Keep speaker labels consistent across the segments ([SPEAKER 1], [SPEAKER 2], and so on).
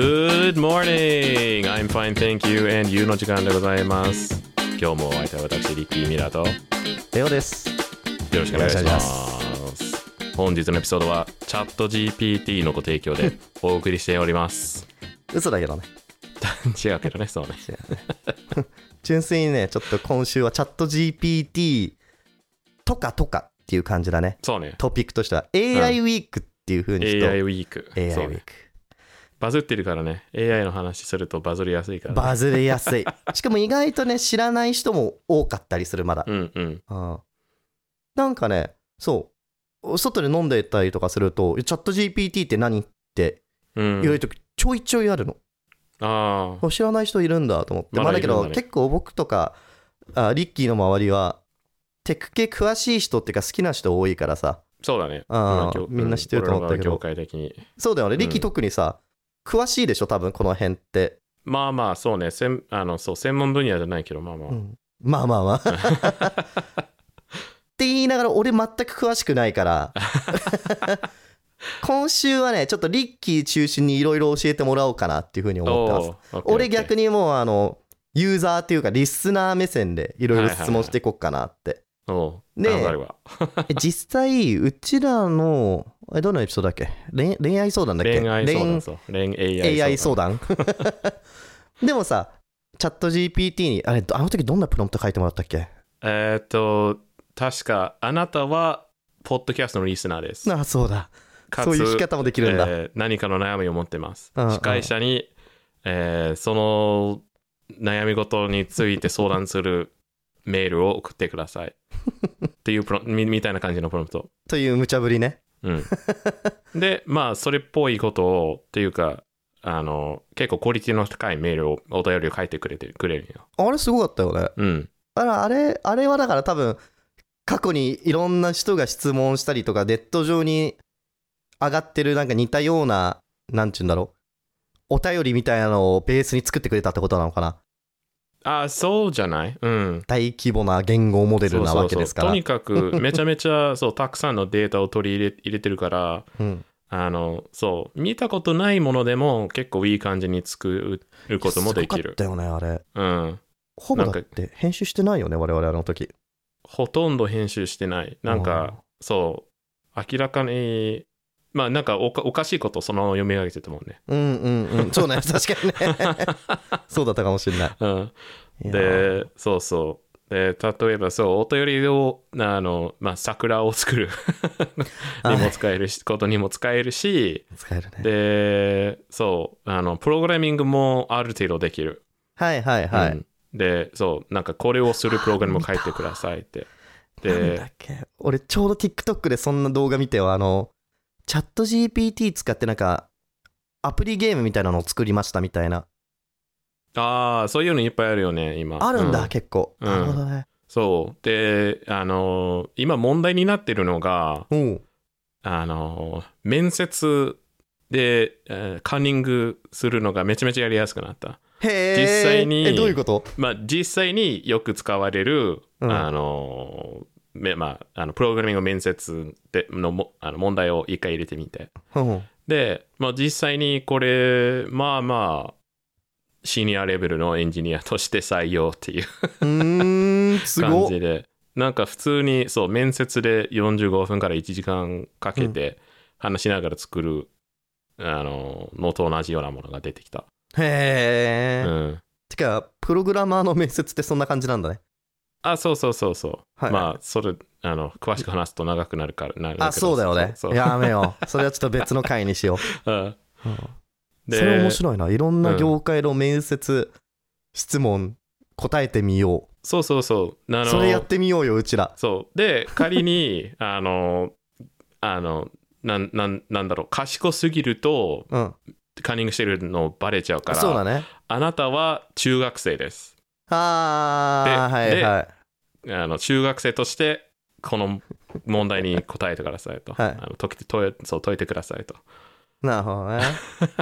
[SPEAKER 1] Good morning! I'm fine, thank you, and you の時間でございます。今日もお相手は私、リッキー・ミラーと、よ
[SPEAKER 2] レオです。
[SPEAKER 1] ろしくお願いし
[SPEAKER 2] お
[SPEAKER 1] ま
[SPEAKER 2] 願い
[SPEAKER 1] す。本日のエピソードは、チャット GPT のご提供でお送りしており ます。
[SPEAKER 2] 嘘だけどね。
[SPEAKER 1] 違うけどね、そうね。
[SPEAKER 2] 純粋にね、ちょっと今週はチャット GPT とかとかっていう感じだね。
[SPEAKER 1] そうね。
[SPEAKER 2] トピックとしては AI ウィークっていう風にちょっと
[SPEAKER 1] AI ウィーク。
[SPEAKER 2] AI
[SPEAKER 1] そう
[SPEAKER 2] ウィー
[SPEAKER 1] ね。
[SPEAKER 2] ク。
[SPEAKER 1] バズってるからね。AI の話するとバズりやすいから、ね。
[SPEAKER 2] バズりやすい。 しかも意外とね、知らない人も多かったりする、まだ。
[SPEAKER 1] うんうん。
[SPEAKER 2] うんなんかね、そう。外で飲んでたりとかすると、チャット GPT って何って
[SPEAKER 1] うん、
[SPEAKER 2] 言われるとちょいちょいあるの。
[SPEAKER 1] ああ。
[SPEAKER 2] 知らない人いるんだと思って、
[SPEAKER 1] まだ
[SPEAKER 2] まあ、だけ
[SPEAKER 1] いる
[SPEAKER 2] ど
[SPEAKER 1] んだね
[SPEAKER 2] 結構僕とかあリッキーの周りはテク系詳しい人っていうか好きな人多いからさ
[SPEAKER 1] そうだね。
[SPEAKER 2] あー
[SPEAKER 1] 今日
[SPEAKER 2] みんな知ってると思ったけど
[SPEAKER 1] 俺らが業界的に。
[SPEAKER 2] そうだよね
[SPEAKER 1] うん
[SPEAKER 2] リッキー特にさ、詳しいでしょ多分この辺って、
[SPEAKER 1] まあまあ、そうね。せんあのそう専門分野じゃないけど、まあまあ。
[SPEAKER 2] うんまあまあまあって言いながら俺全く詳しくないから 今週はねちょっとリッキー中心にいろいろ教えてもらおうかなっていうふうに思ってます俺逆
[SPEAKER 1] に
[SPEAKER 2] にもうあのユーザーっていうかリスナー目線でいろいろ質問していこうかなって
[SPEAKER 1] おう
[SPEAKER 2] ねえ
[SPEAKER 1] 頑張るわ
[SPEAKER 2] え実際うちらのえどのエピソードだっけ恋恋愛相談だっけ
[SPEAKER 1] 恋愛相談そう恋
[SPEAKER 2] 恋
[SPEAKER 1] AI
[SPEAKER 2] AI
[SPEAKER 1] 相
[SPEAKER 2] 相
[SPEAKER 1] 談
[SPEAKER 2] 談でもさチャット GPT にあれあの時どんなプロンプト書いてもらったっけ
[SPEAKER 1] えーっと確かあなたはポッドキャストのリスナーです
[SPEAKER 2] あそうだ
[SPEAKER 1] かつ
[SPEAKER 2] そういう聞き方もできるんだ、
[SPEAKER 1] えー何かの悩みを持ってます
[SPEAKER 2] うんうん
[SPEAKER 1] 司会者に、えーその悩み事について相談するメールを送ってくださいっていうプロみみたいな感じのプロンプト
[SPEAKER 2] という無茶ぶりね
[SPEAKER 1] うん、 でまあそれっぽいことをっていうかあの結構クオリティの高いメールをお便りを書いてくれてくれるよ、
[SPEAKER 2] あれすごかったよね
[SPEAKER 1] うん、
[SPEAKER 2] あらあれあれはだから多分過去にいろんな人が質問したりとかネット上に上がってるなんか似たようななんて言うんだろうお便りみたいなのをベースに作ってくれたってことなのかな
[SPEAKER 1] あそうじゃないうん
[SPEAKER 2] 大規模な言語モデルなわけですから。
[SPEAKER 1] そうそうそうとに かくめちゃめちゃそうたくさんのデータを取り入れ入れてるから
[SPEAKER 2] うん
[SPEAKER 1] あのそう見たことないものでも結構いい感じに作ることもできる
[SPEAKER 2] すごかったよね、あれ。
[SPEAKER 1] うん、
[SPEAKER 2] ほぼだっ
[SPEAKER 1] なん
[SPEAKER 2] て編集してないよね、我々あの時。
[SPEAKER 1] ほとんど編集してないなんかそう明らかにまあなんかおかおかしいことをそのまま読み上げてたもんね
[SPEAKER 2] うん。うん うんうん。そうね、確かにね。 そうだったかもしれない。
[SPEAKER 1] うん
[SPEAKER 2] いやー、
[SPEAKER 1] で、そうそう。で、例えばそう、お便りを、あの、まあ、桜を作るにも使えるし、ことにも使えるし、
[SPEAKER 2] 使えるね。
[SPEAKER 1] で、そう、あの、プログラミングもある程度できる。
[SPEAKER 2] はいはいはい。
[SPEAKER 1] うんで、そう、なんかこれをするプログラムを書いてくださいって。
[SPEAKER 2] なんだ
[SPEAKER 1] で、
[SPEAKER 2] っけ俺ちょうど TikTok でそんな動画見てよあのチャット GPT 使ってなんかアプリゲームみたいなのを作りましたみたいな
[SPEAKER 1] ああ、そういうのいっぱいあるよね、今。
[SPEAKER 2] あるんだ、
[SPEAKER 1] う
[SPEAKER 2] 結構、
[SPEAKER 1] うん
[SPEAKER 2] なるほどね
[SPEAKER 1] そう。で、あの、今問題になってるのが、
[SPEAKER 2] おう
[SPEAKER 1] あの、面接で、えーカンニングするのがめちゃめちゃやりやすくなった。
[SPEAKER 2] へえ
[SPEAKER 1] 実際に
[SPEAKER 2] えどういうこと
[SPEAKER 1] まあ、実際によく使われる、
[SPEAKER 2] うん
[SPEAKER 1] あの、めまあ、あのプログラミング面接でのもあの問題を一回入れてみて。
[SPEAKER 2] うん
[SPEAKER 1] で、まあ、実際にこれ、まあまあ、シニアレベルのエンジニアとして採用っていう
[SPEAKER 2] うー んす
[SPEAKER 1] 感
[SPEAKER 2] ごっ
[SPEAKER 1] じで、なんか普通に、そう、面接で45分から1時間かけて話しながら作る、あの、のと同じようなものが出てきた。う
[SPEAKER 2] へえ、
[SPEAKER 1] ん。
[SPEAKER 2] てかプログラマーの面接ってそんな感じなんだね
[SPEAKER 1] あ、そうそうそうそう。
[SPEAKER 2] はい
[SPEAKER 1] まあ、それ、あの、詳しく話すと長くなるから、なるけど
[SPEAKER 2] あそうだよね
[SPEAKER 1] そうそう
[SPEAKER 2] やめようそれはちょっと別の回にしよ
[SPEAKER 1] うん
[SPEAKER 2] う、うん
[SPEAKER 1] で、
[SPEAKER 2] それ面白いないろんな業界の面接質問答えてみよう、
[SPEAKER 1] そうそうそう。あの
[SPEAKER 2] それやってみようようちら
[SPEAKER 1] そう。で、仮に、 あの、あの、なん、なん、なんだろう、賢すぎると、
[SPEAKER 2] うん
[SPEAKER 1] カンニングしてるのバレちゃうから、
[SPEAKER 2] そうだね
[SPEAKER 1] あなたは中学生です。
[SPEAKER 2] ああは
[SPEAKER 1] で
[SPEAKER 2] いはい
[SPEAKER 1] あの中学生としてこの問題に答えてくださいと、
[SPEAKER 2] はい
[SPEAKER 1] あの解きて解いそう解いてくださいと
[SPEAKER 2] なるほどね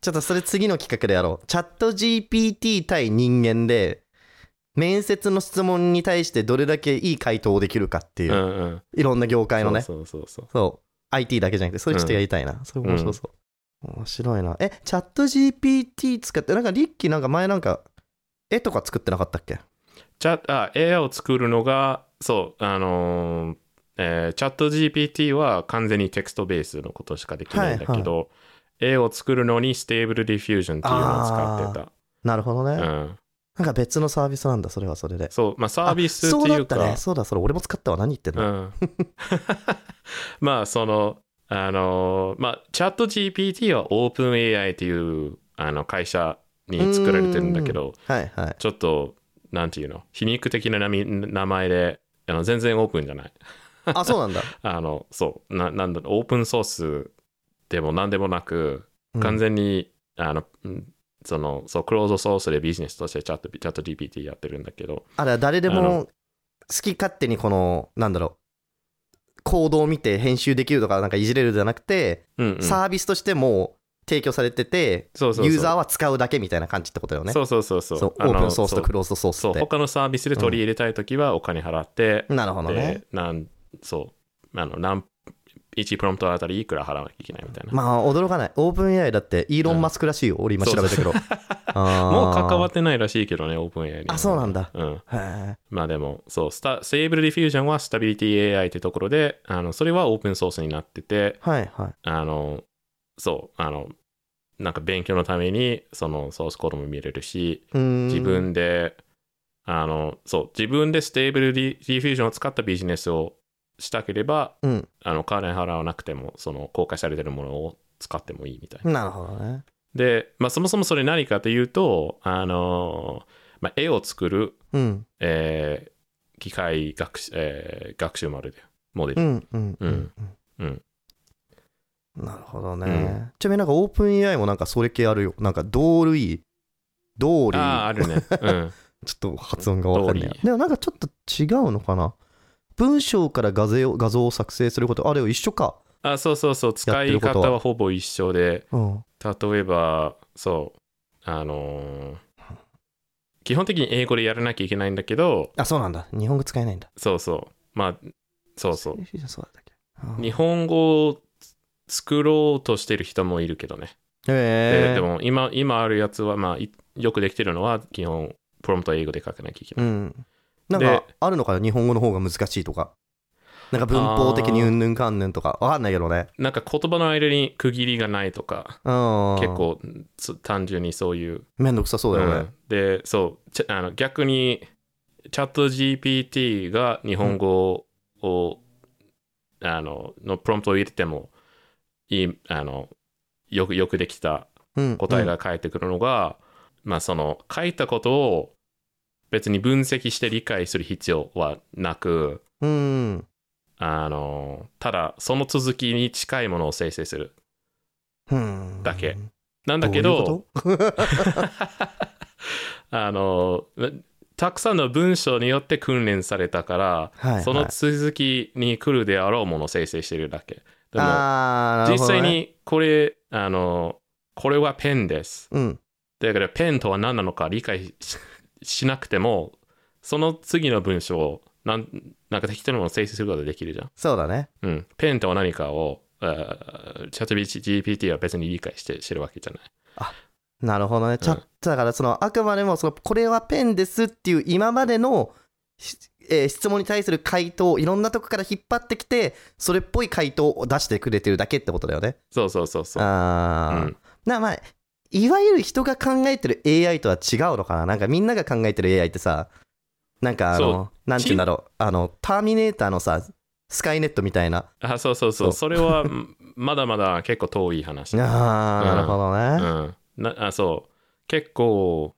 [SPEAKER 2] ちょっとそれ次の企画でやろうチャット GPT 対人間で面接の質問に対してどれだけいい回答をできるかっていう、
[SPEAKER 1] うんうん
[SPEAKER 2] いろんな業界のねそう
[SPEAKER 1] そうそうそうそう
[SPEAKER 2] IT だけじゃなくてそれちょっとやりたいな、それ面白そう、面白いな。え、チャット GPT 使って、なんかリッキーなんか前なんか、絵とか作ってなかったっけ
[SPEAKER 1] チャあ、AI を作るのが、そう、あのーえーチャット GPT は完全にテクストベースのことしかできないんだけど、絵を作るのにステーブルディフュージョンっていうのを使って
[SPEAKER 2] なるほどね、
[SPEAKER 1] た。
[SPEAKER 2] なん
[SPEAKER 1] うん、
[SPEAKER 2] か別のサービスなんだ、それはそれで。
[SPEAKER 1] そう、まあサービス
[SPEAKER 2] あ
[SPEAKER 1] って
[SPEAKER 2] そう
[SPEAKER 1] い
[SPEAKER 2] だ
[SPEAKER 1] う
[SPEAKER 2] った
[SPEAKER 1] か、
[SPEAKER 2] ね。そうだ、それ俺も使ったわ。何言ってん
[SPEAKER 1] う
[SPEAKER 2] の、
[SPEAKER 1] ん、 まあその、あのーまあ、チャット GPT は OpenAI っていうあの会社に作られてるんだけど、
[SPEAKER 2] はいはい。
[SPEAKER 1] ちょっと、なんていうの、皮肉的な名み名前で、あの全然オープンじゃない。
[SPEAKER 2] あ、そう なんだ。
[SPEAKER 1] あの、そう、ななんだろう、オープンソースでも何でもなく、
[SPEAKER 2] うん
[SPEAKER 1] 完全に、あの、うんその、そう、クローズソースでビジネスとしてチャット、チャット GPT やってるんだけど、
[SPEAKER 2] あれは誰で
[SPEAKER 1] あ
[SPEAKER 2] も
[SPEAKER 1] の
[SPEAKER 2] 好き勝手にこの、なんだろう、行動を見て編集できるとか、なんかいじれるじゃなくて、
[SPEAKER 1] うん、うん。
[SPEAKER 2] サービスとしても提供されてて、
[SPEAKER 1] そうそうそう
[SPEAKER 2] ユーザーは使うだけみたいな感じってことだよね。
[SPEAKER 1] そうそうそうそう。
[SPEAKER 2] そう
[SPEAKER 1] あ
[SPEAKER 2] オ
[SPEAKER 1] の
[SPEAKER 2] ープンソース
[SPEAKER 1] そ
[SPEAKER 2] と
[SPEAKER 1] う
[SPEAKER 2] クローズドソース
[SPEAKER 1] そう、
[SPEAKER 2] って。
[SPEAKER 1] 他のサービスで取り入れたいときはお金払って、
[SPEAKER 2] なるほどね
[SPEAKER 1] で。、なん、そう、あの、なん、1プロンプトあたりいくら払わなきゃいけないみたいな。
[SPEAKER 2] まあ、驚かない。オープン AI だって、イーロン・マスクらしいよ。俺今調べたけど。も
[SPEAKER 1] もう関わ
[SPEAKER 2] っ
[SPEAKER 1] ってないらしいけどね、オープン AI に。
[SPEAKER 2] あそうなんだ。
[SPEAKER 1] うん。
[SPEAKER 2] て。
[SPEAKER 1] まあでも、そう、スタ、ステーブルディフュージョンはスタビリティ AI ってところで、あの、それはオープンソースになってて、
[SPEAKER 2] はいはい。
[SPEAKER 1] あの、そう、あの、なんか勉強のために、そのソースコードも見れるし、
[SPEAKER 2] うーん
[SPEAKER 1] 自。分で、あの、そう、自分でステーブルディディフュージョンを使ったビジネスをしたければ、
[SPEAKER 2] うん。
[SPEAKER 1] あの、金払わなくても、その公開されてるものを使ってもいいみたいな。
[SPEAKER 2] なるほどね。
[SPEAKER 1] で、まあそもそもそれ何かというと、あの、まあ絵を作る
[SPEAKER 2] うん。
[SPEAKER 1] えー機械学習、えー学習モデルだよ。モデ
[SPEAKER 2] う
[SPEAKER 1] ル。
[SPEAKER 2] ん。うん。うん。
[SPEAKER 1] うんうん
[SPEAKER 2] なるほど
[SPEAKER 1] う
[SPEAKER 2] ね。ちなみになんかオープン AI もなんかそれ系あるよ。なんか同類、同類。
[SPEAKER 1] ああ、ある ね。うん。
[SPEAKER 2] ちょっと発音がわかんな
[SPEAKER 1] 同
[SPEAKER 2] い
[SPEAKER 1] 類。
[SPEAKER 2] でもなんかちょっと違うのかな。文章から画像画像を作成すること、あれを一緒か。
[SPEAKER 1] あそうそうそう。使
[SPEAKER 2] やってる
[SPEAKER 1] い
[SPEAKER 2] こと
[SPEAKER 1] 方
[SPEAKER 2] は
[SPEAKER 1] はほぼ一緒で、
[SPEAKER 2] うん。
[SPEAKER 1] 例えば、そう、あのー基本的に英語でやらなきゃいけないんだけど、
[SPEAKER 2] あ、そうなんだ。日本語使えないんだ。
[SPEAKER 1] そうそう。まあ、そうそう。
[SPEAKER 2] そうだったっけあー
[SPEAKER 1] 日本語を作ろうとしてる人もいるけどね。で
[SPEAKER 2] へえ。
[SPEAKER 1] でも今、今あるやつは、まあ、いよくできてるのは、基本、プロンプトは英語で書かなきゃいけ
[SPEAKER 2] う
[SPEAKER 1] ない。
[SPEAKER 2] ん。なんかあるのかな日本語の方が難しいとか。なんか文法的にうんぬんかんぬんとか。わかんないけどね。
[SPEAKER 1] なんか言葉の間に区切りがないとか、
[SPEAKER 2] うん。
[SPEAKER 1] 結。構つ単純にそういう。
[SPEAKER 2] めんどくさそうだよね。
[SPEAKER 1] うんで、そう、ちあの逆にチャット GPT が日本語を、あののプロンプトを入れてもいいあのよくよくできた
[SPEAKER 2] うん。
[SPEAKER 1] 答えが返ってくるのが、まあその書いたことを別に分析して理解する必要はなく、
[SPEAKER 2] うん。うん。
[SPEAKER 1] あのただその続きに近いものを生成する。
[SPEAKER 2] うん。
[SPEAKER 1] だけ
[SPEAKER 2] どうい
[SPEAKER 1] な
[SPEAKER 2] う
[SPEAKER 1] ん
[SPEAKER 2] こと。
[SPEAKER 1] だけど、あのたくさんの文章によって訓練されたから、
[SPEAKER 2] はいはい
[SPEAKER 1] その続きに来るであろうものを生成してるだけでも、
[SPEAKER 2] あーなる
[SPEAKER 1] 実
[SPEAKER 2] ほどね
[SPEAKER 1] 際にこれあのこれはペンです
[SPEAKER 2] うん。
[SPEAKER 1] だからペンとは何なのか理解ししなくてもその次の文章をなんなんか適当なものを生成することができるじゃん、
[SPEAKER 2] そうだね。
[SPEAKER 1] うん、ペンとは何かをチャット GPT は別に理解してしてるわけじゃない
[SPEAKER 2] なるほどね。ちゃ、
[SPEAKER 1] うん
[SPEAKER 2] だからそのあくまでもそのこれはペンですっていう今までの、しえー質問に対する回答をいろんなとこから引っ張ってきてそれっぽい回答を出してくれてるだけってことだよね。
[SPEAKER 1] そうそうそうそう
[SPEAKER 2] あー
[SPEAKER 1] うん
[SPEAKER 2] なまあいわゆる人が考えてる AI とは違うのかななんかみんなが考えてる AI ってさなんかあ
[SPEAKER 1] そ
[SPEAKER 2] のなんて言うんだろうあのターミネーターのさスカイネットみたいな
[SPEAKER 1] あそうそうそう
[SPEAKER 2] そ
[SPEAKER 1] そうれは うんまだまだ結構遠い話
[SPEAKER 2] あーなるほどね、
[SPEAKER 1] うん、なあそう結構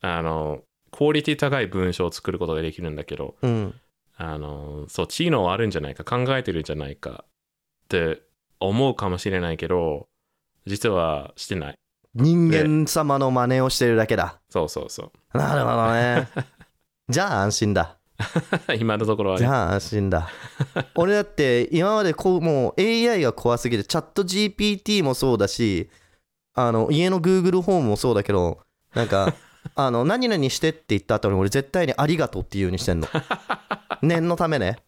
[SPEAKER 1] あのクオリティ高い文章を作ることができるんだけど
[SPEAKER 2] うん、
[SPEAKER 1] あのそう知能あるんじゃないか考えてるんじゃないかって思うかもしれないけど実はしてない
[SPEAKER 2] 人間様の真似をしてるだけだ
[SPEAKER 1] そうそうそう
[SPEAKER 2] なるほどね。じゃあ安心だ。
[SPEAKER 1] 今のところは
[SPEAKER 2] じ
[SPEAKER 1] ね
[SPEAKER 2] ゃあ安心だ。俺だって今までこうもう AI が怖すぎてチャット GPT もそうだしあの家の Google ホームもそうだけどなんかあの何々してって言った後に俺絶対にありがとうって言うようにしてんの。念のためね。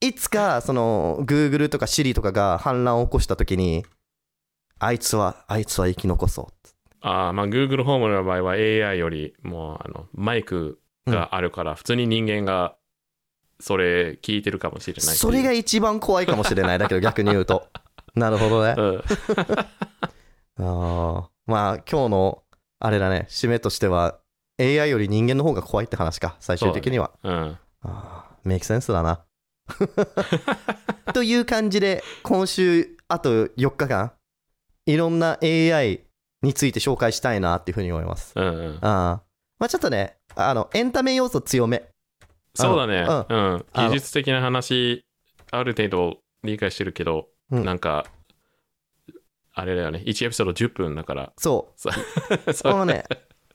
[SPEAKER 2] いつかその Google とか Siri とかが反乱を起こした時にあいつは、あいつは生き残そう。
[SPEAKER 1] あーまあ、Google ホームの場合は AI よりもうあのマイクがあるから、普通に人間がそれ聞いてるかもしれないっていう
[SPEAKER 2] それが一番怖いかもしれない。だけど逆に言う と。なるほどね。
[SPEAKER 1] うん、
[SPEAKER 2] あーまあ今日のあれだね、締めとしては AI より人間の方が怖いって話か、最終的には。
[SPEAKER 1] うん、
[SPEAKER 2] ああ、メイクセンスだな。 という感じで、今週、あと4日間、いろんな AI について紹介したいなっていうふうに思います。
[SPEAKER 1] うんうん
[SPEAKER 2] ああまあちょっとね、あの、エンタメ要素強め。
[SPEAKER 1] そうだね、う
[SPEAKER 2] う
[SPEAKER 1] ん
[SPEAKER 2] あの
[SPEAKER 1] 技術的な話ある程度理解してるけど、
[SPEAKER 2] うん
[SPEAKER 1] なんかあれだよね1エピソード10分だ から
[SPEAKER 2] そ
[SPEAKER 1] そう
[SPEAKER 2] う。こ
[SPEAKER 1] そう
[SPEAKER 2] のね、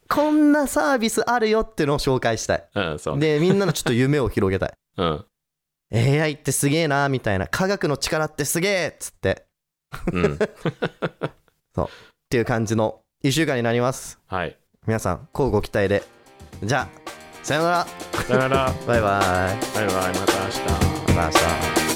[SPEAKER 2] こんなサービスあるよっていうのを紹介したい。
[SPEAKER 1] うんそう
[SPEAKER 2] で、みんなのちょっと夢を広げたい。
[SPEAKER 1] うん
[SPEAKER 2] AI ってすげえな、みたいな。科学の力ってすげえっつって。
[SPEAKER 1] うん
[SPEAKER 2] っていう感じの1週間になります。
[SPEAKER 1] はい
[SPEAKER 2] 皆さん、こうご期待で。じゃあ、さよなら。
[SPEAKER 1] だから
[SPEAKER 2] バ
[SPEAKER 1] バ
[SPEAKER 2] イバイ。
[SPEAKER 1] イバイまた明日
[SPEAKER 2] また明日。